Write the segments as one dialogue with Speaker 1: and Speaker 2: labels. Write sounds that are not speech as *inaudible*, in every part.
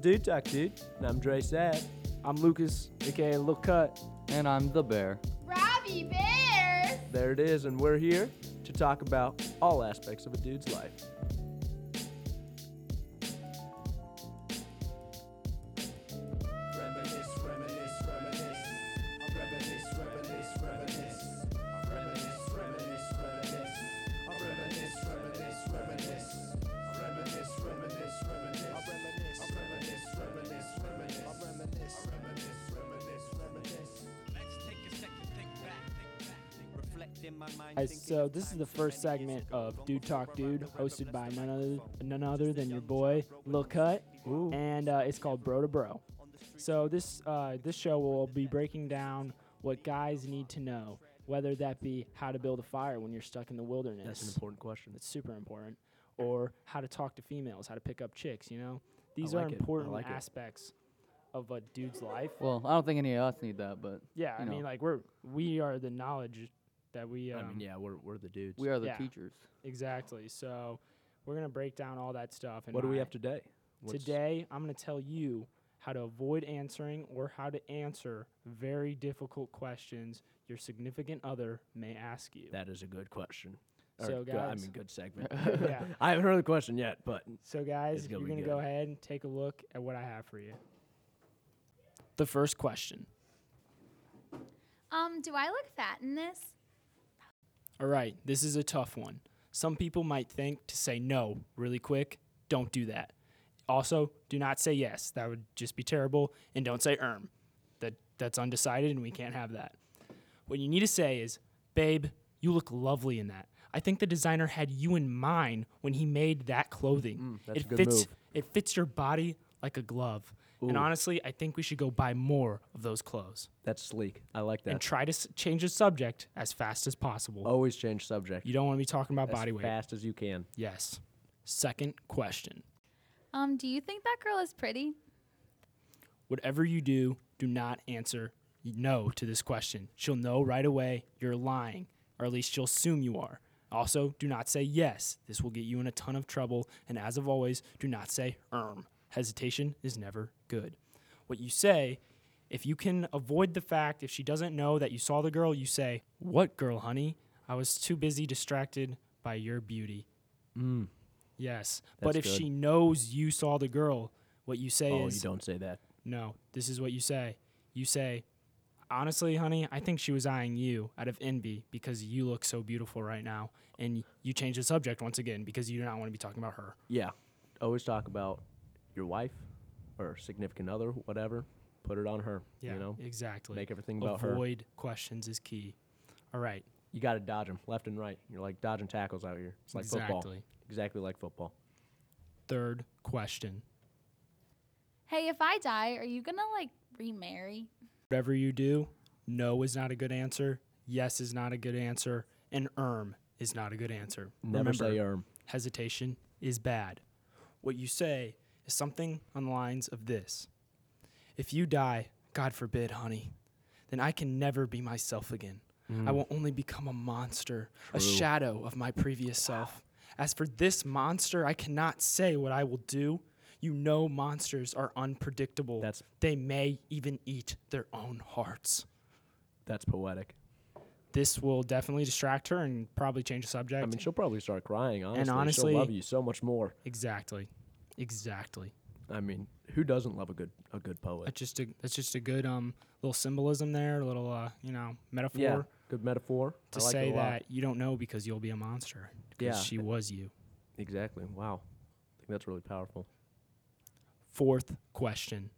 Speaker 1: Dude Talk, dude. And I'm Dre Sad.
Speaker 2: I'm Lucas, aka Lil Cut.
Speaker 3: And I'm the bear.
Speaker 4: Robbie Bear.
Speaker 1: There it is, and we're here to talk about all aspects of a dude's life.
Speaker 2: Guys, so this is the first segment of Dude Talk Dude, hosted by none other, none other than your boy Lil Cut, and uh, it's called Bro to Bro. So this uh, this show will be breaking down what guys need to know, whether that be how to build a fire when you're stuck in the wilderness.
Speaker 1: That's an important question.
Speaker 2: That's super important, or how to talk to females, how to pick up chicks. You know, these
Speaker 1: like
Speaker 2: are
Speaker 1: it. I
Speaker 2: important
Speaker 1: like it.
Speaker 2: aspects of a dude's life.
Speaker 3: Well, I don't think any of us need that, but
Speaker 2: Yeah, I
Speaker 3: you know.
Speaker 2: mean, like we're we are the knowledge that we. Um,
Speaker 1: I mean, yeah, we're, we're the dudes.
Speaker 3: we are the
Speaker 2: Yeah.
Speaker 3: teachers.
Speaker 2: Exactly. So we're gonna break down all that stuff. And
Speaker 1: what do we
Speaker 2: my-
Speaker 1: have today? What's-
Speaker 2: today? I'm gonna tell you how to avoid answering or how to answer very difficult questions your significant other may ask you.
Speaker 1: That is a good question. Or
Speaker 2: So,
Speaker 1: go- I
Speaker 2: guys-
Speaker 1: mean, good segment.
Speaker 2: *laughs* Yeah.
Speaker 1: *laughs* I haven't heard the question yet, but
Speaker 2: So, guys,
Speaker 1: It's gonna
Speaker 2: you're
Speaker 1: be
Speaker 2: going to go
Speaker 1: good.
Speaker 2: ahead and take a look at what I have for you. The first question.
Speaker 4: Um, do I look fat in this?
Speaker 2: All right, this is a tough one. Some people might think to say no really quick. Don't do that. Also, do not say yes. That would just be terrible. And don't say erm. That that's undecided and we can't have that. What you need to say is, "Babe, you look lovely in that. I think the designer had you in mind when he made that clothing.
Speaker 1: Mm, that's
Speaker 2: it
Speaker 1: a good
Speaker 2: fits
Speaker 1: move.
Speaker 2: it fits your body like a glove. And honestly, I think we should go buy more of those clothes
Speaker 1: that's sleek. I like
Speaker 2: and
Speaker 1: that.
Speaker 2: try to s- change the subject as fast as possible."
Speaker 1: Always change subject.
Speaker 2: You don't want to be talking about
Speaker 1: as
Speaker 2: body weight.
Speaker 1: fast as you can.
Speaker 2: Yes. Second question.
Speaker 4: Um, do you think that girl is pretty?
Speaker 2: Whatever you do, do not answer no to this question. She'll know right away you're lying, or at least she'll assume you are. Also, do not say yes. This will get you in a ton of trouble. And as of always, do not say erm. Hesitation is never good. What you say, if you can avoid the fact, if she doesn't know that you saw the girl, you say, What girl, honey? I was too busy distracted by your beauty. Yes. but
Speaker 1: Mm.
Speaker 2: if
Speaker 1: That's good.
Speaker 2: she knows you saw the girl, what you say
Speaker 1: Oh,
Speaker 2: is
Speaker 1: you don't say that.
Speaker 2: no, this is what you say. You say, honestly, honey, I think she was eyeing you out of envy because you look so beautiful right now. And you change the subject once again because you do not want to be talking about her.
Speaker 1: Yeah. Always talk about your wife or significant other, whatever. Put it on her. You know,
Speaker 2: exactly.
Speaker 1: make everything about her.
Speaker 2: Avoid questions is key. All right.
Speaker 1: You got to dodge them left and right. You're like dodging tackles out here. It's like football.
Speaker 2: Exactly.
Speaker 1: Exactly like football.
Speaker 2: Third question.
Speaker 4: Hey, if I die, are you gonna like remarry?
Speaker 2: Whatever you do, no is not a good answer. Yes is not a good answer. And erm is not a good answer.
Speaker 1: Never
Speaker 2: Remember,
Speaker 1: say erm.
Speaker 2: hesitation is bad. What you say is something on the lines of this If you die, God forbid, honey, then I can never be myself again.
Speaker 1: Mm.
Speaker 2: I will only become a monster, a shadow of my previous self. As for this monster, I cannot say what I will do. You know, monsters are unpredictable.
Speaker 1: That's-
Speaker 2: they may even eat their own hearts.
Speaker 1: That's poetic.
Speaker 2: This will definitely distract her and probably change the subject.
Speaker 1: I mean, she'll probably start crying. Honestly,
Speaker 2: honestly-
Speaker 1: she'll love you so much more.
Speaker 2: exactly. Exactly.
Speaker 1: I mean, who doesn't love a good a good poet?
Speaker 2: that's just a that's just a good um little symbolism there, a little uh you know metaphor
Speaker 1: Yeah, good metaphor.
Speaker 2: to
Speaker 1: I like it
Speaker 2: say
Speaker 1: a lot.
Speaker 2: that you don't know because you'll be a monster
Speaker 1: Yeah.
Speaker 2: because she was you.
Speaker 1: exactly. Wow, I think that's really powerful.
Speaker 2: Fourth question,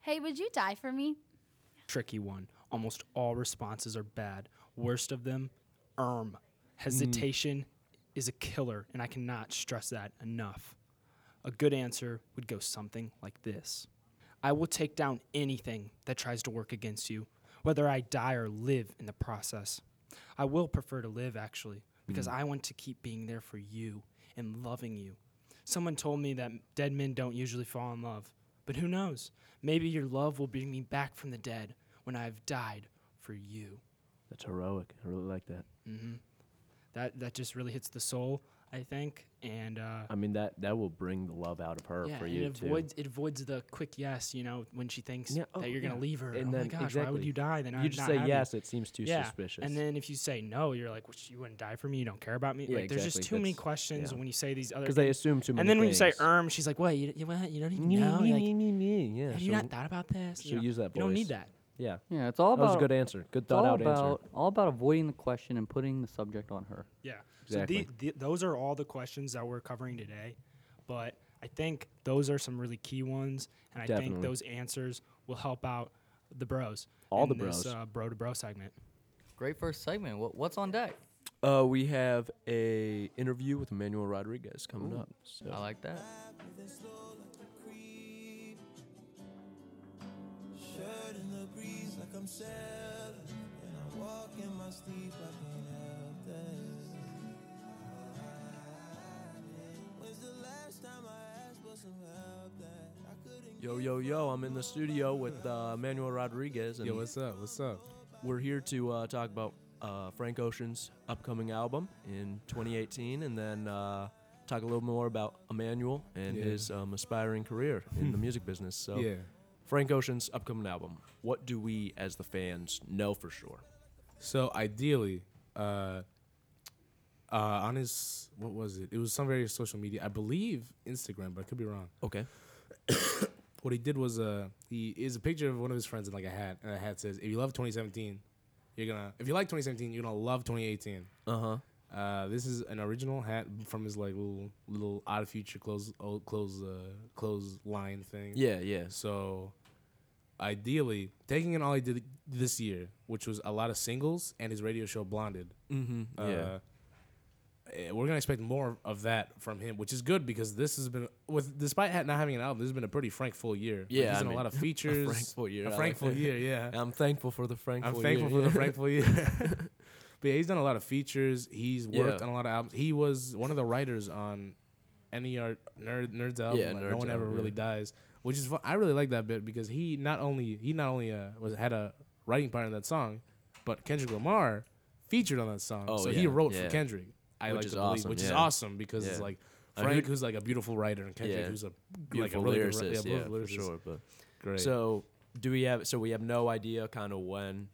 Speaker 4: Hey, would you die for me?
Speaker 2: tricky one. Almost all responses are bad. Worst of them, erm. Hesitation is a killer, and I cannot stress that enough. A good answer would go something like this. I will take down anything that tries to work against you, whether I die or live in the process. I will prefer to live, actually, because I want to keep being there for you and loving you. Someone told me that dead men don't usually fall in love, but who knows? Maybe your love will bring me back from the dead when I have died for you.
Speaker 1: That's heroic. I really like that.
Speaker 2: That, that just really hits the soul. I think, and uh,
Speaker 1: I mean that that will bring the love out of her
Speaker 2: yeah,
Speaker 1: for
Speaker 2: and
Speaker 1: you
Speaker 2: it
Speaker 1: too.
Speaker 2: avoids it avoids the quick yes, you know, when she thinks
Speaker 1: Yeah, oh,
Speaker 2: that you're
Speaker 1: yeah.
Speaker 2: gonna leave her.
Speaker 1: And
Speaker 2: oh my
Speaker 1: then-
Speaker 2: gosh, why would
Speaker 1: exactly.
Speaker 2: you die? Then
Speaker 1: you
Speaker 2: I'd
Speaker 1: just
Speaker 2: not
Speaker 1: say
Speaker 2: have you.
Speaker 1: yes, it seems too suspicious.
Speaker 2: And then if you say no, you're like, well, sh- you wouldn't die for me. You don't care about me.
Speaker 1: Yeah,
Speaker 2: like, there's just
Speaker 1: exactly.
Speaker 2: too many
Speaker 1: That's-
Speaker 2: questions
Speaker 1: yeah.
Speaker 2: when you say these other.
Speaker 1: because they assume too much.
Speaker 2: and then when you say erm, she's like, what? You, you, what?
Speaker 1: *laughs*
Speaker 2: you don't even
Speaker 1: me,
Speaker 2: know.
Speaker 1: me,
Speaker 2: Like,
Speaker 1: me, me, me, yeah,
Speaker 2: have you
Speaker 1: she'll-
Speaker 2: not thought about this? You
Speaker 1: she'll
Speaker 2: know,
Speaker 1: use that
Speaker 2: You don't
Speaker 1: voice.
Speaker 2: need that.
Speaker 1: yeah.
Speaker 3: Yeah, it's all
Speaker 1: That was a
Speaker 3: about
Speaker 1: good answer. Good
Speaker 3: it's all
Speaker 1: thought out
Speaker 3: about
Speaker 1: answer.
Speaker 3: all about avoiding the question and putting the subject on her.
Speaker 2: Yeah.
Speaker 1: Exactly.
Speaker 2: So the, the, those are all the questions that we're covering today, but I think those are some really key ones, and I think
Speaker 1: Definitely.
Speaker 2: those answers will help out the bros.
Speaker 1: All
Speaker 2: in
Speaker 1: the
Speaker 2: this,
Speaker 1: bros.
Speaker 2: uh, bro to bro segment.
Speaker 3: Great first segment. What, what's on deck?
Speaker 1: Uh, we have a interview with Emmanuel Rodriguez coming up. So
Speaker 3: I like that.
Speaker 5: Shirt in the breeze like I'm sailing. And I walk in my sleep, I can't help this. When's the last time I asked for some help that I couldn't
Speaker 1: yo, yo, yo! I'm in the studio with uh, Emmanuel Rodriguez, and
Speaker 6: Yo, what's up? What's up?
Speaker 1: we're here to uh, talk about uh, Frank Ocean's upcoming album in 2018, and then uh, talk a little more about Emmanuel and
Speaker 6: Yeah.
Speaker 1: his um, aspiring career
Speaker 6: *laughs*
Speaker 1: in the music business. So,
Speaker 6: Yeah.
Speaker 1: Frank Ocean's upcoming album. What do we as the fans know for sure?
Speaker 6: So ideally, uh, uh, on his what was it? It was some very social media. I believe Instagram, but I could be wrong.
Speaker 1: Okay.
Speaker 6: What he did was uh, he is a picture of one of his friends in like a hat, and the hat says, "If you love 2017, you're gonna. If you like 2017, you're gonna love 2018."
Speaker 1: Uh huh.
Speaker 6: Uh, this is an original hat from his like little little out of future clothes old clothes uh, clothes line thing.
Speaker 1: Yeah, yeah.
Speaker 6: So ideally, taking in all he did this year, which was a lot of singles and his radio show Blonded.
Speaker 1: Mm-hmm.
Speaker 6: Uh,
Speaker 1: yeah.
Speaker 6: eh, We're gonna expect more of that from him, which is good because this has been with despite ha- not having an album, this has been a pretty Frank full year. Like,
Speaker 1: Yeah,
Speaker 6: he's
Speaker 1: I
Speaker 6: done
Speaker 1: mean,
Speaker 6: a lot
Speaker 1: *laughs*
Speaker 6: of
Speaker 1: a
Speaker 6: features.
Speaker 1: Frankful year, I
Speaker 6: A
Speaker 1: like
Speaker 6: Frankful
Speaker 1: that. *laughs*
Speaker 6: year. Yeah.
Speaker 1: I'm thankful for the Frank.
Speaker 6: I'm
Speaker 1: *laughs*
Speaker 6: thankful for the Frankful year. but yeah, he's done a lot of features. He's worked
Speaker 1: Yeah.
Speaker 6: on a lot of albums. He was one of the writers on NER Nerd Nerds album.
Speaker 1: Yeah,
Speaker 6: like,
Speaker 1: Nerds
Speaker 6: no one ever
Speaker 1: album,
Speaker 6: really
Speaker 1: yeah.
Speaker 6: dies, which is fun. I really like that bit because he not only he not only uh, was had a writing part in that song, but Kendrick Lamar featured on that song.
Speaker 1: Oh,
Speaker 6: so he
Speaker 1: yeah,
Speaker 6: wrote
Speaker 1: yeah.
Speaker 6: for Kendrick. I
Speaker 1: Which
Speaker 6: like
Speaker 1: is
Speaker 6: to believe,
Speaker 1: awesome,
Speaker 6: which is
Speaker 1: yeah.
Speaker 6: awesome because it's
Speaker 1: Yeah.
Speaker 6: like
Speaker 1: I
Speaker 6: Frank,
Speaker 1: heard-
Speaker 6: who's like a beautiful writer, and Kendrick,
Speaker 1: Yeah.
Speaker 6: who's a
Speaker 1: Beautiful
Speaker 6: like a really good ri-
Speaker 1: lyricist,
Speaker 6: yeah,
Speaker 1: yeah,
Speaker 6: beautiful
Speaker 1: for
Speaker 6: lyricist.
Speaker 1: sure. But
Speaker 6: Great.
Speaker 1: So do we have? So we have no idea kind of when.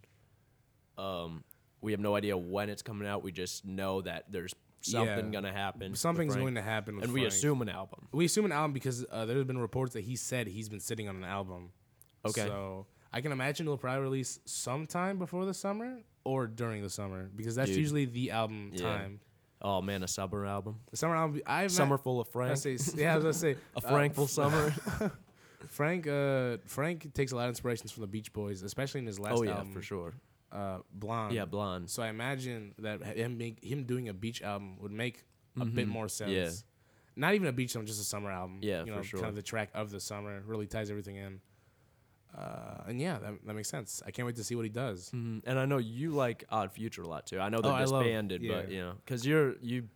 Speaker 1: Um, we have no idea when it's coming out. We just know that there's something
Speaker 6: Yeah.
Speaker 1: gonna happen. with
Speaker 6: something's
Speaker 1: Frank,
Speaker 6: going to happen, with
Speaker 1: and we
Speaker 6: Frank.
Speaker 1: assume an album.
Speaker 6: We assume an album because uh, there's been reports that he said he's been sitting on an album.
Speaker 1: Okay.
Speaker 6: So I can imagine he'll probably release sometime before the summer or during the summer because that's
Speaker 1: Dude.
Speaker 6: usually the album
Speaker 1: Yeah.
Speaker 6: time.
Speaker 1: Oh man, a summer album.
Speaker 6: The summer album. I've
Speaker 1: Summer full of
Speaker 6: Not, I
Speaker 1: Frank.
Speaker 6: say, yeah, I was
Speaker 1: *laughs*
Speaker 6: gonna say
Speaker 1: A
Speaker 6: uh,
Speaker 1: Frankful
Speaker 6: *laughs*
Speaker 1: summer. Oh,
Speaker 6: Frank. Uh, Frank takes a lot of inspirations from the Beach Boys, especially in his last
Speaker 1: oh yeah,
Speaker 6: album,
Speaker 1: for sure.
Speaker 6: Uh, Blonde.
Speaker 1: Yeah, blonde.
Speaker 6: So I imagine that him make, him doing a beach album would make a bit more sense.
Speaker 1: Mm-hmm. Yeah.
Speaker 6: Not even a beach album, just a summer album.
Speaker 1: Yeah,
Speaker 6: you
Speaker 1: for
Speaker 6: know,
Speaker 1: sure.
Speaker 6: Kind of the track of the summer really ties everything in. Uh, and yeah, that, that makes sense. I can't wait to see what he does.
Speaker 1: Mhm. And I know you like Odd Future a lot too. I know they're
Speaker 6: Oh, I love-
Speaker 1: disbanded, but
Speaker 6: yeah.
Speaker 1: you know, because you're you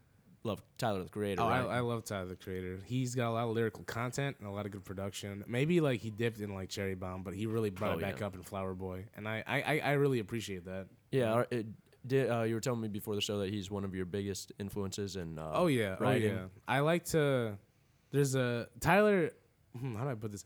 Speaker 1: love Tyler the Creator.
Speaker 6: Oh,
Speaker 1: right?
Speaker 6: I, I love Tyler the Creator. He's got a lot of lyrical content and a lot of good production. Maybe like he dipped in like Cherry Bomb, but he really brought
Speaker 1: Oh,
Speaker 6: it back
Speaker 1: yeah.
Speaker 6: up in Flower Boy, and I I, I, I really appreciate that.
Speaker 1: Yeah, or it did, uh, you were telling me before the show that he's one of your biggest influences and uh,
Speaker 6: Oh yeah,
Speaker 1: writing.
Speaker 6: oh yeah. I like to. There's a Tyler. hmm, How do I put this?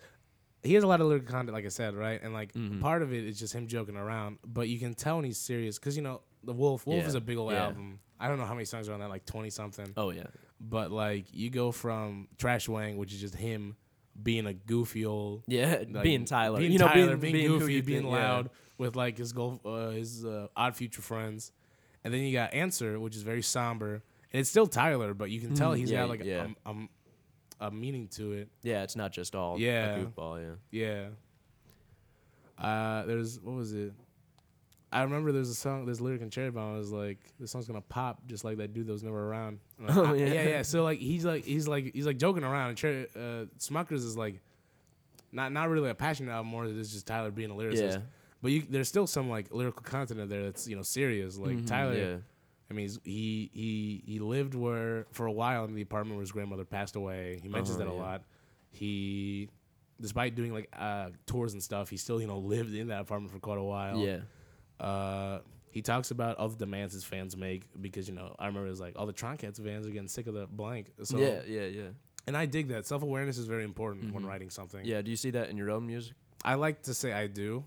Speaker 6: He has a lot of lyrical content, like I said, right? And like
Speaker 1: Mm-hmm.
Speaker 6: part of it is just him joking around, but you can tell when he's serious because you know the Wolf. Wolf
Speaker 1: Yeah,
Speaker 6: is a big old
Speaker 1: yeah.
Speaker 6: album. I don't know how many songs are on that, like twenty something.
Speaker 1: Oh yeah.
Speaker 6: But like you go from Trash Wang, which is just him being a goofy old.
Speaker 1: Yeah,
Speaker 6: *laughs* like,
Speaker 1: being Tyler,
Speaker 6: being
Speaker 1: you know,
Speaker 6: Tyler,
Speaker 1: being,
Speaker 6: being,
Speaker 1: who
Speaker 6: goofy,
Speaker 1: you
Speaker 6: being
Speaker 1: think- yeah.
Speaker 6: loud with like his goal, uh, his uh, odd future friends, and then you got Answer, which is very somber, and it's still Tyler, but you can tell he's
Speaker 1: Mm, yeah,
Speaker 6: got like
Speaker 1: yeah.
Speaker 6: a, um, a meaning to it.
Speaker 1: Yeah. it's not just all yeah.
Speaker 6: Yeah.
Speaker 1: goofball. Yeah,
Speaker 6: Yeah. Uh, there's what was it? I remember there's a song, there's lyric in Cherry Bomb. It was like, "This song's gonna pop," just like that dude that was never around. And
Speaker 1: *laughs*
Speaker 6: I-
Speaker 1: Oh,
Speaker 6: I-
Speaker 1: yeah.
Speaker 6: yeah, yeah. So like he's like he's like he's like joking around. And Cherry, uh, Smuckers is like, not not really a passionate album, more it's just Tyler being a lyricist.
Speaker 1: Yeah.
Speaker 6: But you, there's still some like lyrical content in there that's you know serious. Like Tyler,
Speaker 1: Mm-hmm, yeah.
Speaker 6: I mean, he's- he he he lived where for a while in the apartment where his grandmother passed away. He mentions
Speaker 1: Uh-huh,
Speaker 6: that a
Speaker 1: yeah.
Speaker 6: lot. He, despite doing *laughs* like uh, tours and stuff, he still you know lived in that apartment for quite a while.
Speaker 1: yeah.
Speaker 6: Uh, He talks about all the demands his fans make because you know I remember it was like all the Troncats fans are getting sick of the blank. So
Speaker 1: yeah, Mm-hmm. yeah, yeah,
Speaker 6: and I dig that self awareness is very important when writing something.
Speaker 1: yeah. Do you see that in your own music?
Speaker 6: I like to say
Speaker 1: *laughs*
Speaker 6: I do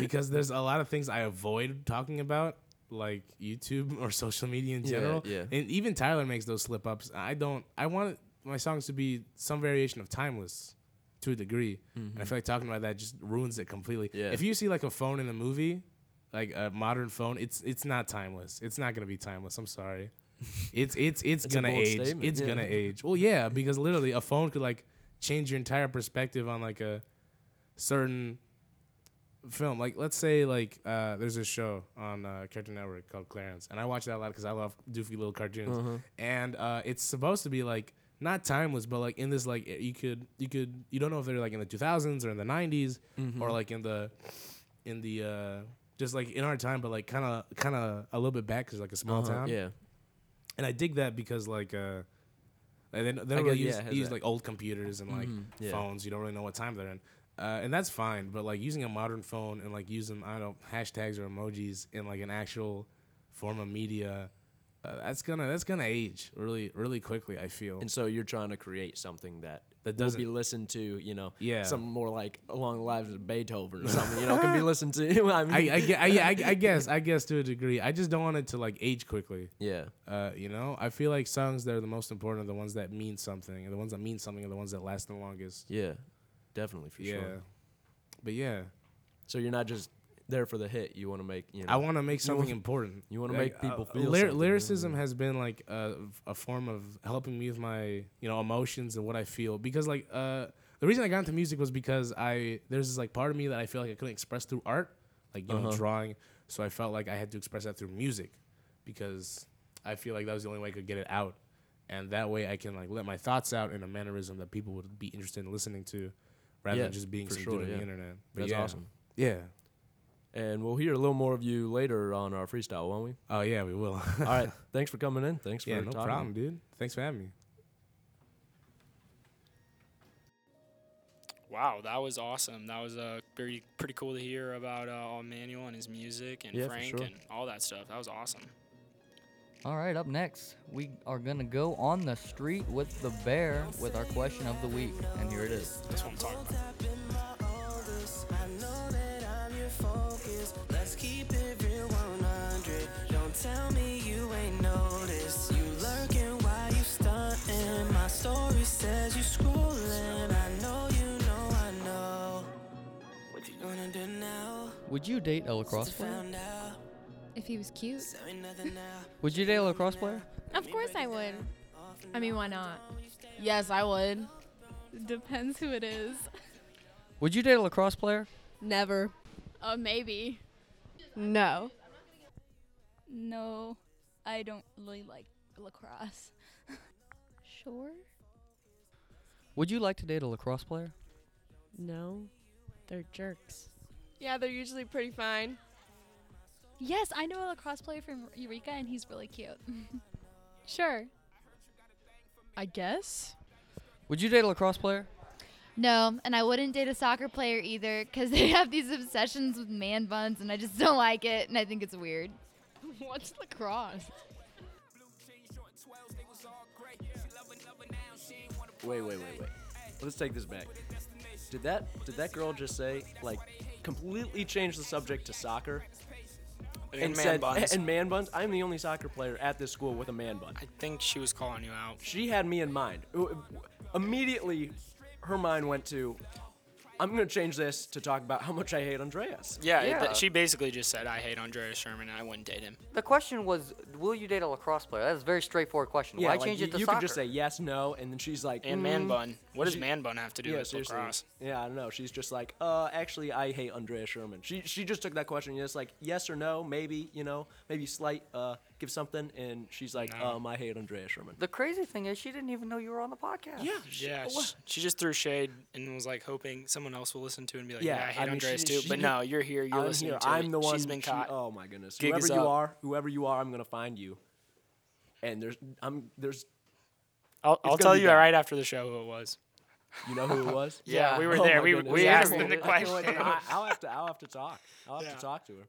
Speaker 6: because there's a lot of things I avoid talking about, like YouTube or social media in
Speaker 1: Yeah,
Speaker 6: general.
Speaker 1: yeah.
Speaker 6: And even Tyler makes those slip ups. I don't, I want my songs to be some variation of timeless to a degree. And I feel like talking about that just ruins it completely.
Speaker 1: Mm-hmm. Yeah.
Speaker 6: If you see like a phone in a movie, like a modern phone, it's it's not timeless. It's not gonna be timeless. I'm sorry. It's it's it's
Speaker 1: That's a
Speaker 6: gonna
Speaker 1: bold
Speaker 6: age.
Speaker 1: statement,
Speaker 6: It's
Speaker 1: yeah.
Speaker 6: gonna age. Well, yeah, because literally a phone could like change your entire perspective on like a certain film. Like let's say like uh, there's a show on uh, Cartoon Network called Clarence, and I watch that a lot because I love doofy little cartoons.
Speaker 1: Uh-huh.
Speaker 6: And uh, it's supposed to be like not timeless, but like in this like you could you could you don't know if they're like in the 2000s or in the 90s
Speaker 1: Mm-hmm.
Speaker 6: or like in the in the uh, just like in our time, but like kind of kind of a little bit back because like a small
Speaker 1: Uh-huh,
Speaker 6: town.
Speaker 1: Yeah,
Speaker 6: And I dig that because like. Uh, and then they
Speaker 1: I
Speaker 6: don't
Speaker 1: guess-
Speaker 6: really use,
Speaker 1: yeah, it has
Speaker 6: use
Speaker 1: that.
Speaker 6: like old computers and like
Speaker 1: Mhm, yeah.
Speaker 6: phones. You don't really know what time they're in, uh, and that's fine. But like using a modern phone and like using I don't know hashtags or emojis in like an actual form of media, uh, that's gonna that's gonna age really really quickly. I feel
Speaker 1: and so you're trying to create something that
Speaker 6: That
Speaker 1: will be
Speaker 6: doesn't-
Speaker 1: listened to. You know,
Speaker 6: Yeah.
Speaker 1: some more like along the lines of Beethoven or something. You know,
Speaker 6: *laughs*
Speaker 1: can be listened to. *laughs* I mean,
Speaker 6: I, I, ge- I, yeah, I,
Speaker 1: *laughs*
Speaker 6: I guess I guess to a degree. I just don't want it to like age quickly.
Speaker 1: yeah,
Speaker 6: Uh, you know, I feel like songs that are the most important are the ones that mean something, and the ones that mean something are the ones that last the longest.
Speaker 1: yeah, definitely for
Speaker 6: Yeah,
Speaker 1: sure.
Speaker 6: but yeah,
Speaker 1: So you're not just there for the hit. You want to make. You know,
Speaker 6: I want to make something important.
Speaker 1: you wanna
Speaker 6: Like,
Speaker 1: make people
Speaker 6: uh,
Speaker 1: feel
Speaker 6: lyr-
Speaker 1: something,
Speaker 6: Lyricism has been like a, a form of helping me with my you know emotions and what I feel because like uh, the reason I got into music was because I there's this like part of me that I feel like I couldn't express through art, like you know
Speaker 1: Uh-huh.
Speaker 6: drawing. So I felt like I had to express that through music because I feel like that was the only way I could get it out, and that way I can like let my thoughts out in a mannerism that people would be interested in listening to, rather
Speaker 1: Yeah,
Speaker 6: than just being
Speaker 1: for
Speaker 6: subdued
Speaker 1: sure,
Speaker 6: on
Speaker 1: yeah.
Speaker 6: the internet. But
Speaker 1: That's
Speaker 6: yeah.
Speaker 1: awesome.
Speaker 6: Yeah.
Speaker 1: And we'll hear a little more of you later on our freestyle, won't we?
Speaker 6: Oh yeah, we will.
Speaker 1: All
Speaker 6: *laughs*
Speaker 1: right. Thanks for coming in. Thanks
Speaker 6: yeah,
Speaker 1: for
Speaker 6: no
Speaker 1: talking.
Speaker 6: problem, dude. Thanks for having me.
Speaker 2: Wow, that was awesome. That was uh, pretty pretty cool to hear about uh, Manuel and his music and
Speaker 1: Yeah, for
Speaker 2: Frank
Speaker 1: sure.
Speaker 2: and all that stuff. That was awesome.
Speaker 3: All right, up next, we are going to go on the street with the bear with our question of the week. And here it is.
Speaker 2: That's what I'm talking about.
Speaker 5: I know that I'm your focus. Let's keep it real 100. Don't tell me you ain't noticed. You lurking while you stunting. My story says you scrolling. I know you know I know. What you gonna do now?
Speaker 3: Would you date a lacrosse
Speaker 5: Since I
Speaker 3: player?
Speaker 5: found out.
Speaker 7: If he was cute.
Speaker 5: There ain't nothing now.
Speaker 3: Would you date a lacrosse player?
Speaker 7: Of course I would. I mean, why not?
Speaker 8: Yes, I would.
Speaker 7: Depends who it is.
Speaker 3: Would you date a lacrosse player?
Speaker 8: Never.
Speaker 7: Uh, maybe.
Speaker 8: No.
Speaker 4: No, I don't really like lacrosse. *laughs* sure.
Speaker 3: Would you like to date a lacrosse player?
Speaker 9: No, they're jerks.
Speaker 8: Yeah, they're usually pretty fine.
Speaker 4: Yes, I know a lacrosse player from Eureka, and he's really cute. *laughs*
Speaker 7: Sure.
Speaker 8: I
Speaker 7: *laughs*
Speaker 8: guess.
Speaker 3: Would you date a lacrosse player?
Speaker 4: No, and I wouldn't date a soccer player either because *laughs* they have these obsessions with man buns, and I just don't like it, and I think it's weird.
Speaker 8: What's lacrosse?
Speaker 1: Wait, wait, wait, wait. Let's take this back. Did that did that girl just say like completely change the subject to soccer
Speaker 2: And,
Speaker 1: said- and man buns? I'm the only soccer player at this school with a man bun.
Speaker 2: I think she was calling you out.
Speaker 1: She had me in mind. W- w- Immediately, her mind went to, I'm gonna change this to talk about how much I hate Andreas.
Speaker 2: Yeah, it- th- she basically just said, "I hate Andrea Sherman and I wouldn't date him."
Speaker 3: The question was, will you date a lacrosse player? That is a very straightforward question. Why
Speaker 1: like,
Speaker 3: change
Speaker 1: you,
Speaker 3: it to
Speaker 1: you
Speaker 3: soccer?
Speaker 1: could just say yes, no, and then she's like,
Speaker 2: And
Speaker 1: "Mm,
Speaker 2: man bun. What does man bun have to do
Speaker 1: Yeah,
Speaker 2: with
Speaker 1: seriously.
Speaker 2: lacrosse?
Speaker 1: Yeah, I don't know. She's just like, uh, actually, I hate Andrea Sherman. She she just took that question. It's like yes or no, maybe you know, maybe slight, uh, give something, and she's like,
Speaker 2: No.
Speaker 1: um, I hate Andrea Sherman.
Speaker 3: the crazy thing is, she didn't even know you were on the podcast.
Speaker 1: Yeah, she-
Speaker 2: Yeah,
Speaker 1: what?
Speaker 2: sh- she just threw shade and was like hoping someone else will listen to it and be like,
Speaker 1: Yeah,
Speaker 2: "Yeah, I hate
Speaker 1: I mean,
Speaker 2: Andreas
Speaker 1: she-
Speaker 2: too."
Speaker 1: she-
Speaker 2: but no, you're here. You're
Speaker 1: I'm
Speaker 2: listening
Speaker 1: here.
Speaker 2: to
Speaker 1: I'm
Speaker 2: it.
Speaker 1: the one.
Speaker 2: She's been
Speaker 1: she-
Speaker 2: caught.
Speaker 1: oh my goodness.
Speaker 2: Gig
Speaker 1: whoever
Speaker 2: is
Speaker 1: you
Speaker 2: up.
Speaker 1: are, whoever you are, I'm gonna find you. And there's I'm there's
Speaker 2: I'll, I'll
Speaker 1: gonna
Speaker 2: tell
Speaker 1: be
Speaker 2: you
Speaker 1: bad.
Speaker 2: right after the show who it was.
Speaker 1: you know who it was.
Speaker 2: *laughs* Yeah, we were
Speaker 1: Oh
Speaker 2: there.
Speaker 1: my
Speaker 2: We,
Speaker 1: goodness.
Speaker 2: we
Speaker 1: Yeah.
Speaker 2: asked them the
Speaker 1: *laughs* I feel
Speaker 2: question.
Speaker 1: like I- I'll have to I'll have to talk. I'll have
Speaker 2: Yeah.
Speaker 1: to talk to her.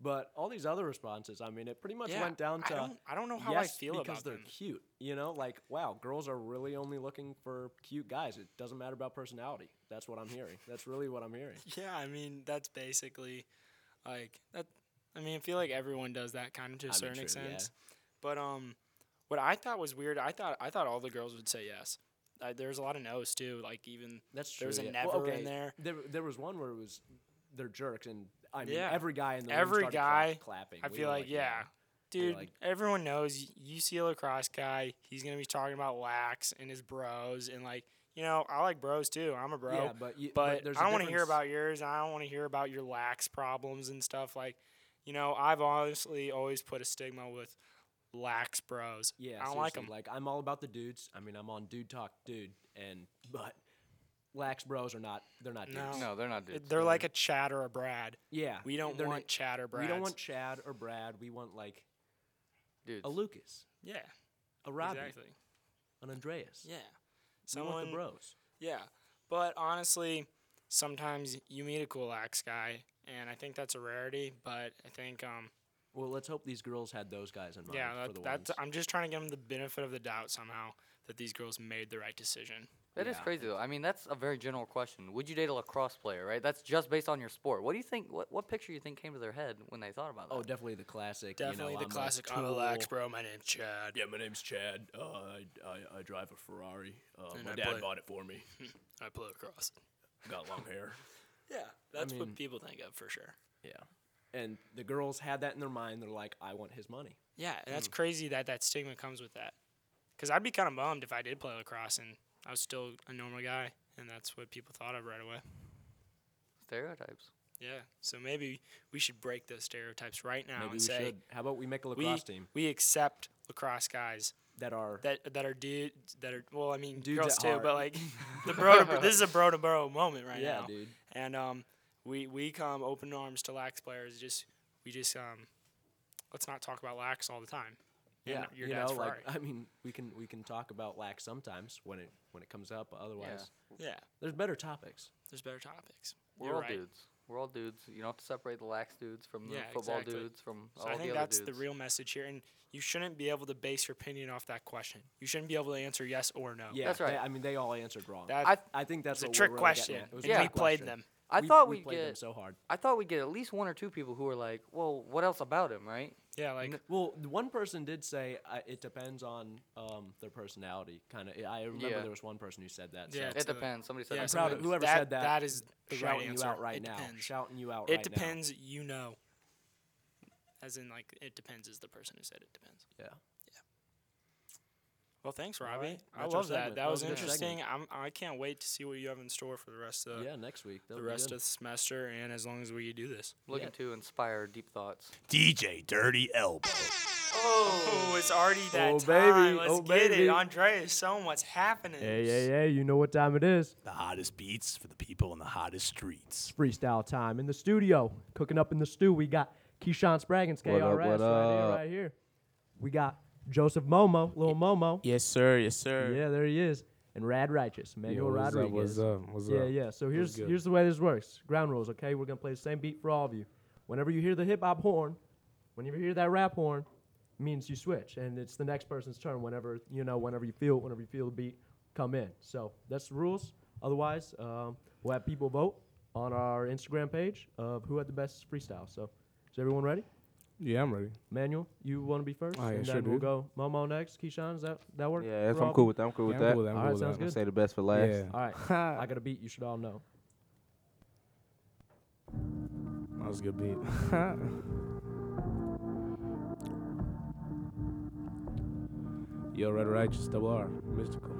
Speaker 1: But all these other responses, I mean, it pretty much
Speaker 10: Yeah,
Speaker 1: went down
Speaker 10: I
Speaker 1: to
Speaker 10: don't- I
Speaker 2: Oh,
Speaker 10: don't know how I
Speaker 1: yes,
Speaker 10: feel
Speaker 1: because
Speaker 10: about
Speaker 1: they're
Speaker 10: them.
Speaker 1: cute. You know, like wow, girls are really only looking for cute guys. It doesn't matter about personality. That's what I'm hearing. That's really what I'm
Speaker 2: *laughs*
Speaker 1: hearing.
Speaker 2: Yeah, I mean that's basically like that. I mean, I feel like everyone does that kind of to a
Speaker 1: I mean,
Speaker 2: certain
Speaker 1: true,
Speaker 2: extent.
Speaker 1: yeah.
Speaker 2: But um, what I thought was weird, I thought I thought all the girls would say yes. Uh, there's a lot of no's too. Like even
Speaker 1: That's true.
Speaker 2: There was a
Speaker 1: yeah.
Speaker 2: never
Speaker 1: Well, okay,
Speaker 2: in there.
Speaker 1: There, there was one where it was they're jerks, and I mean,
Speaker 2: Yeah.
Speaker 1: every guy in the room
Speaker 2: Every
Speaker 1: started
Speaker 2: guy,
Speaker 1: cla- clapping.
Speaker 2: I
Speaker 1: We
Speaker 2: feel
Speaker 1: were
Speaker 2: like, yeah.
Speaker 1: were
Speaker 2: Dude,
Speaker 1: like-
Speaker 2: everyone knows y- you see a lacrosse guy. He's gonna be talking about lax and his bros, and like you know, I like bros too. I'm a bro,
Speaker 1: Yeah, but you- but
Speaker 2: but,
Speaker 1: there's a
Speaker 2: I don't want to hear
Speaker 1: difference-
Speaker 2: about yours. and I don't want to hear about your lax problems and stuff. Like, you know, I've honestly always put a stigma with lax bros.
Speaker 1: Yeah,
Speaker 2: I don't like them.
Speaker 1: seriously, Like I'm all about the dudes. I mean, I'm on Dude Talk, dude, and but lax bros are not. They're not dudes.
Speaker 2: No.
Speaker 10: No, they're not dudes.
Speaker 2: They're like a Chad or a Brad.
Speaker 1: Yeah,
Speaker 2: We don't
Speaker 1: they're
Speaker 2: want
Speaker 1: not-
Speaker 2: Chad or Brad.
Speaker 1: We don't want Chad or Brad. We want like
Speaker 10: dudes.
Speaker 1: a Lucas,
Speaker 2: Yeah,
Speaker 1: a Robbie,
Speaker 2: exactly.
Speaker 1: an Andreas.
Speaker 2: Yeah,
Speaker 1: we
Speaker 2: someone
Speaker 1: want the bros.
Speaker 2: Yeah. But honestly, sometimes you meet a cool axe guy, and I think that's a rarity. But I think, um,
Speaker 1: Well, let's hope these girls had those guys in mind.
Speaker 2: yeah,
Speaker 1: for the
Speaker 2: that, that's.
Speaker 1: ones.
Speaker 2: I'm just trying to give them the benefit of the doubt somehow that these girls made the right decision.
Speaker 3: That is
Speaker 1: Yeah.
Speaker 3: crazy though. I mean, that's a very general question. Would you date a lacrosse player, right? That's just based on your sport. What do you think? What, what picture you think came to their head when they thought about that?
Speaker 1: Oh, definitely the classic. you know,
Speaker 2: Definitely
Speaker 1: I'm
Speaker 2: the
Speaker 1: a
Speaker 2: classic. I'm a lax
Speaker 1: tool.
Speaker 2: bro. My name's Chad.
Speaker 1: Yeah, my name's Chad. Uh, I, I I drive a Ferrari. Uh,
Speaker 2: And
Speaker 1: my
Speaker 2: I
Speaker 1: dad
Speaker 2: play-
Speaker 1: bought it for me.
Speaker 2: I play across.
Speaker 1: Got long hair.
Speaker 2: Yeah, that's
Speaker 1: mean-
Speaker 2: what people think of for sure.
Speaker 1: Yeah. *laughs* And the girls had that in their mind. They're like, I want his money.
Speaker 2: Yeah, and
Speaker 1: Hmm.
Speaker 2: that's crazy that that stigma comes with that. Because I'd be kind of bummed if I did play lacrosse and I was still a normal guy, and that's what people thought of right away.
Speaker 3: Stereotypes.
Speaker 2: Yeah. So maybe we should break those stereotypes right now
Speaker 1: Maybe we
Speaker 2: and say
Speaker 1: should. How about we make a
Speaker 2: we
Speaker 1: lacrosse team
Speaker 2: we accept lacrosse guys
Speaker 1: that are
Speaker 2: that that are dudes that are well, I mean
Speaker 1: Dudes
Speaker 2: girls
Speaker 1: at
Speaker 2: too,
Speaker 1: heart. *laughs*
Speaker 2: but like the bro to bro, this is a bro to bro moment right
Speaker 1: yeah,
Speaker 2: now.
Speaker 1: dude.
Speaker 2: And um we we come open arms to lax players just we just um let's not talk about lax all the time. And
Speaker 1: Yeah,
Speaker 2: your
Speaker 1: you
Speaker 2: dad's
Speaker 1: know, like
Speaker 2: Ferrari.
Speaker 1: *laughs* I mean, we can we can talk about lack sometimes when it when it comes up. but Otherwise,
Speaker 2: yeah.
Speaker 1: there's better topics.
Speaker 2: There's better topics.
Speaker 3: We're
Speaker 2: You're
Speaker 3: all
Speaker 2: right.
Speaker 3: dudes. We're all dudes. You don't have to separate the lax dudes from the
Speaker 2: Yeah,
Speaker 3: football
Speaker 2: exactly.
Speaker 3: dudes from
Speaker 2: So
Speaker 3: all
Speaker 2: I think
Speaker 3: the other
Speaker 2: that's
Speaker 3: dudes.
Speaker 2: the real message here, and you shouldn't be able to base your opinion off that question. You shouldn't be able to answer yes or no.
Speaker 1: Yeah,
Speaker 3: That's right.
Speaker 1: they- I mean, they all answered wrong.
Speaker 2: That-
Speaker 3: I-
Speaker 1: I think that's
Speaker 2: It's a
Speaker 1: what we're
Speaker 2: trick
Speaker 1: really
Speaker 2: question.
Speaker 1: getting at. It was a
Speaker 2: and we
Speaker 1: trick
Speaker 2: played
Speaker 1: question.
Speaker 2: them.
Speaker 3: I
Speaker 1: We-
Speaker 3: thought
Speaker 1: we
Speaker 3: we'd
Speaker 1: played them
Speaker 3: get.
Speaker 1: so hard.
Speaker 3: I thought we'd get at least one or two people who were like, "Well, what else about him?" Right?
Speaker 2: Yeah, like
Speaker 1: Well, the one person did say uh, it depends on um, their personality. Kind of, I remember
Speaker 3: Yeah.
Speaker 1: there was one person who said that. so
Speaker 2: Yeah,
Speaker 1: I'm
Speaker 2: That's
Speaker 3: It
Speaker 2: a-
Speaker 3: depends. Somebody said
Speaker 2: yeah,
Speaker 3: that.
Speaker 1: proud of
Speaker 2: sometimes
Speaker 1: whoever
Speaker 2: that-
Speaker 1: said that.
Speaker 2: that is the
Speaker 1: shouting
Speaker 2: right
Speaker 1: you
Speaker 2: answer.
Speaker 1: out right
Speaker 2: It
Speaker 1: now.
Speaker 2: depends.
Speaker 1: Shouting you out
Speaker 2: it
Speaker 1: right now.
Speaker 2: depends. You know, as in like it depends is the person who said it depends.
Speaker 1: Yeah.
Speaker 2: Well, thanks,
Speaker 1: right,
Speaker 2: Robbie. I
Speaker 1: that's our
Speaker 2: love
Speaker 1: segment.
Speaker 2: that. That
Speaker 1: That
Speaker 2: was
Speaker 1: was a good
Speaker 2: interesting. I'm, I can't wait to see what you have in store for the rest of
Speaker 1: yeah, next week.
Speaker 2: the rest of the semester, and as long as we do this.
Speaker 3: Looking to inspire deep thoughts.
Speaker 5: DJ Dirty Elbow.
Speaker 2: Oh, it's already that
Speaker 1: Oh,
Speaker 2: time.
Speaker 1: baby.
Speaker 2: Let's
Speaker 1: Oh,
Speaker 2: get
Speaker 1: baby.
Speaker 2: it, Andreas. So what's happening?
Speaker 1: hey, you know what time it is.
Speaker 5: The hottest beats for the people in the hottest streets.
Speaker 1: freestyle time in the studio, cooking up in the stew. We got Keyshawn Spraggins, KRS, right here, right here. We got Joseph Momo, little Momo.
Speaker 10: Yes, sir. Yes, sir.
Speaker 1: Yeah, there he is. And Rad Righteous, Manuel
Speaker 6: what's up?
Speaker 1: Rodriguez.
Speaker 6: What's up? What's
Speaker 1: yeah,
Speaker 6: up?
Speaker 1: yeah. So here's
Speaker 6: good?
Speaker 1: here's the way this works. Ground rules, okay? We're gonna play the same beat for all of you. Whenever you hear the hip hop horn, whenever you hear that rap horn, it means you switch, and it's the next person's turn. Whenever you know, whenever you feel it, whenever you feel the beat, come in. So that's the rules. Otherwise, um, we'll have people vote on our Instagram page of who had the best freestyle. So is everyone ready?
Speaker 6: Yeah, I'm ready.
Speaker 1: Manuel, you want to be first,
Speaker 6: Oh, yeah,
Speaker 1: and
Speaker 6: sure,
Speaker 1: then we'll
Speaker 6: dude.
Speaker 1: go Momo next. Keyshawn, does that that work?
Speaker 11: Yeah, if
Speaker 1: for all
Speaker 11: I'm
Speaker 1: of
Speaker 11: cool
Speaker 1: you?
Speaker 11: with that, I'm cool
Speaker 6: Yeah,
Speaker 11: with
Speaker 6: I'm
Speaker 11: that.
Speaker 6: cool with that. I'm
Speaker 1: All
Speaker 6: cool
Speaker 1: right,
Speaker 6: with that.
Speaker 1: sounds
Speaker 6: I'm gonna
Speaker 1: good.
Speaker 11: Say the best for last.
Speaker 6: Yeah.
Speaker 1: All right,
Speaker 6: *laughs*
Speaker 1: I got a beat. You should all know.
Speaker 6: That was a good beat. *laughs* Yo, Red Righteous, double R, mystical.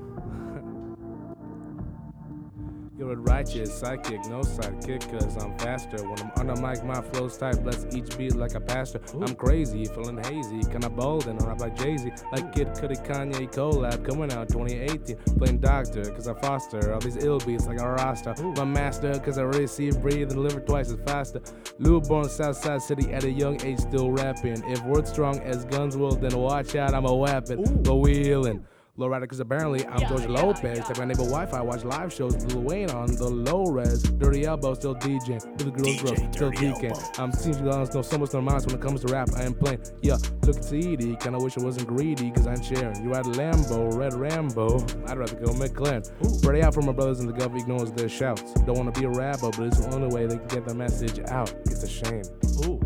Speaker 6: Yo, Red Righteous, sidekick, no sidekick, cause I'm faster. When I'm on a mic, my flow's tight, bless each beat like a pastor. I'm crazy, feeling hazy, kinda bold, and I rap like Jay Z. Like Kid Cudi, Kanye collab, coming out 2018. Blame Doctor, cause I foster all these ill beats like a roster. My master, cause I receive, breathe, and deliver twice as faster. Lou born Southside City at a young age, still rapping. If word strong as guns will, then watch out, I'm a weapon. But wheeling. Lowrider, because apparently I'm
Speaker 11: Yeah,
Speaker 6: George
Speaker 11: yeah,
Speaker 6: Lopez. Take my neighbor Wi-Fi, watch live shows. with Lil Wayne on the low res. Dirty elbow, still DJ. With the girls, girl, still DK. I'm seems to honest, know so much on my mind when it comes to rap. I am playing. Yeah, look at TD. Kinda wish I wasn't greedy, cause I'm sharing. You had Lambo, Red Rambo. I'd rather go McLaren. Pray out for my brothers in the government ignores their shouts. Don't wanna be a rapper, but it's the only way they can get the message out. It's a shame. Ooh.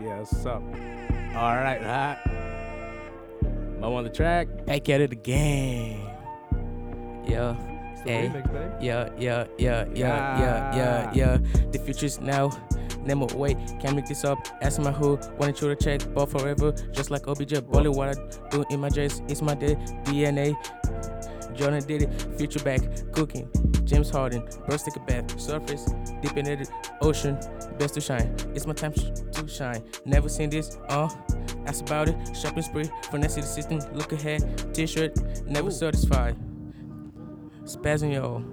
Speaker 6: Yeah, what's up? All right, hot. I'm on the track.
Speaker 11: Back at it again. Yeah. Hey.
Speaker 1: remix, babe.
Speaker 11: Yeah, yeah, yeah, yeah, yeah, yeah,
Speaker 1: Yeah.
Speaker 11: yeah. The future's now. Never wait, can't make this up. Ask my who, wanna chew the check, but forever, just like OBJ. Bully what I do in my dress, it's my day, DNA. Jordan did it, future back, cooking. James Harden, bros take a bath, surface, deep in the ocean, best to shine. It's my time sh- to shine. Never seen this, uh, ask about it. Shopping spree, finesse the system, look ahead, t shirt, never satisfied. Spazzing y'all.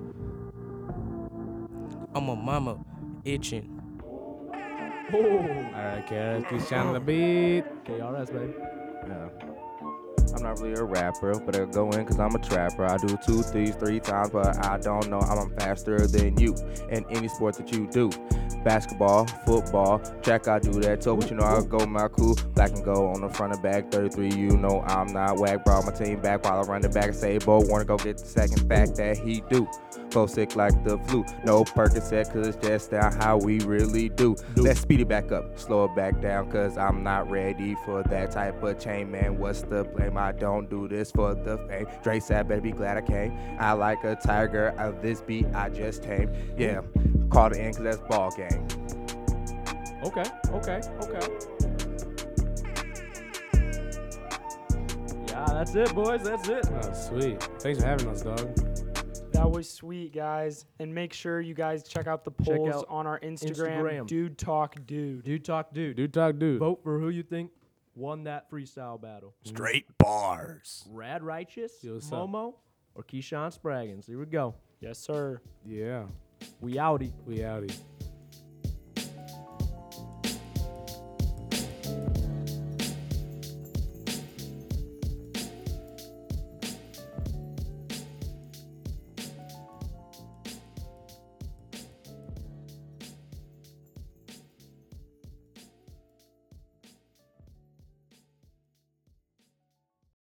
Speaker 11: I'm a mama itching.
Speaker 6: All right, KRS, keep shining the beat. KRS, baby.
Speaker 12: Yeah. I'm not really a rapper, but I go in because I'm a trapper. I do two, threes, three times, but I don't know. I'm faster than you in any sport that you do. Basketball, football, track, I do that too. But you know, I go my cool, black and go on the front and back. 33, you know, I'm not whack. Brought my team back while I run the back. Say, Bo, wanna go get the second fact that he do. Flow sick like the flu. No Percocet, cause it's just not how we really do. Let's speed it back up, slow it back down, cause I'm not ready for that type of chain, man. What's the blame? I don't do this for the fame. Dre said, better be glad I came. I like a tiger of this beat, I just came. Yeah, call it in, cause that's ball game.
Speaker 6: Okay, okay, okay.
Speaker 1: Yeah, that's it, boys. That's it.
Speaker 6: Oh, sweet. Thanks for having us, dog.
Speaker 13: That was sweet, guys. And make sure you guys check out the
Speaker 1: Check
Speaker 13: polls
Speaker 1: out
Speaker 13: on our Instagram.
Speaker 1: Instagram.
Speaker 13: Dude Talk Dude.
Speaker 1: Dude Talk Dude.
Speaker 6: Dude Talk Dude.
Speaker 1: Vote for who you think won that freestyle battle.
Speaker 6: Straight bars.
Speaker 1: Rad Righteous,
Speaker 6: what's up?
Speaker 1: Momo, or Keyshawn Spraggins. Here we go.
Speaker 13: Yes, sir.
Speaker 6: Yeah.
Speaker 1: We outie.
Speaker 6: We outie.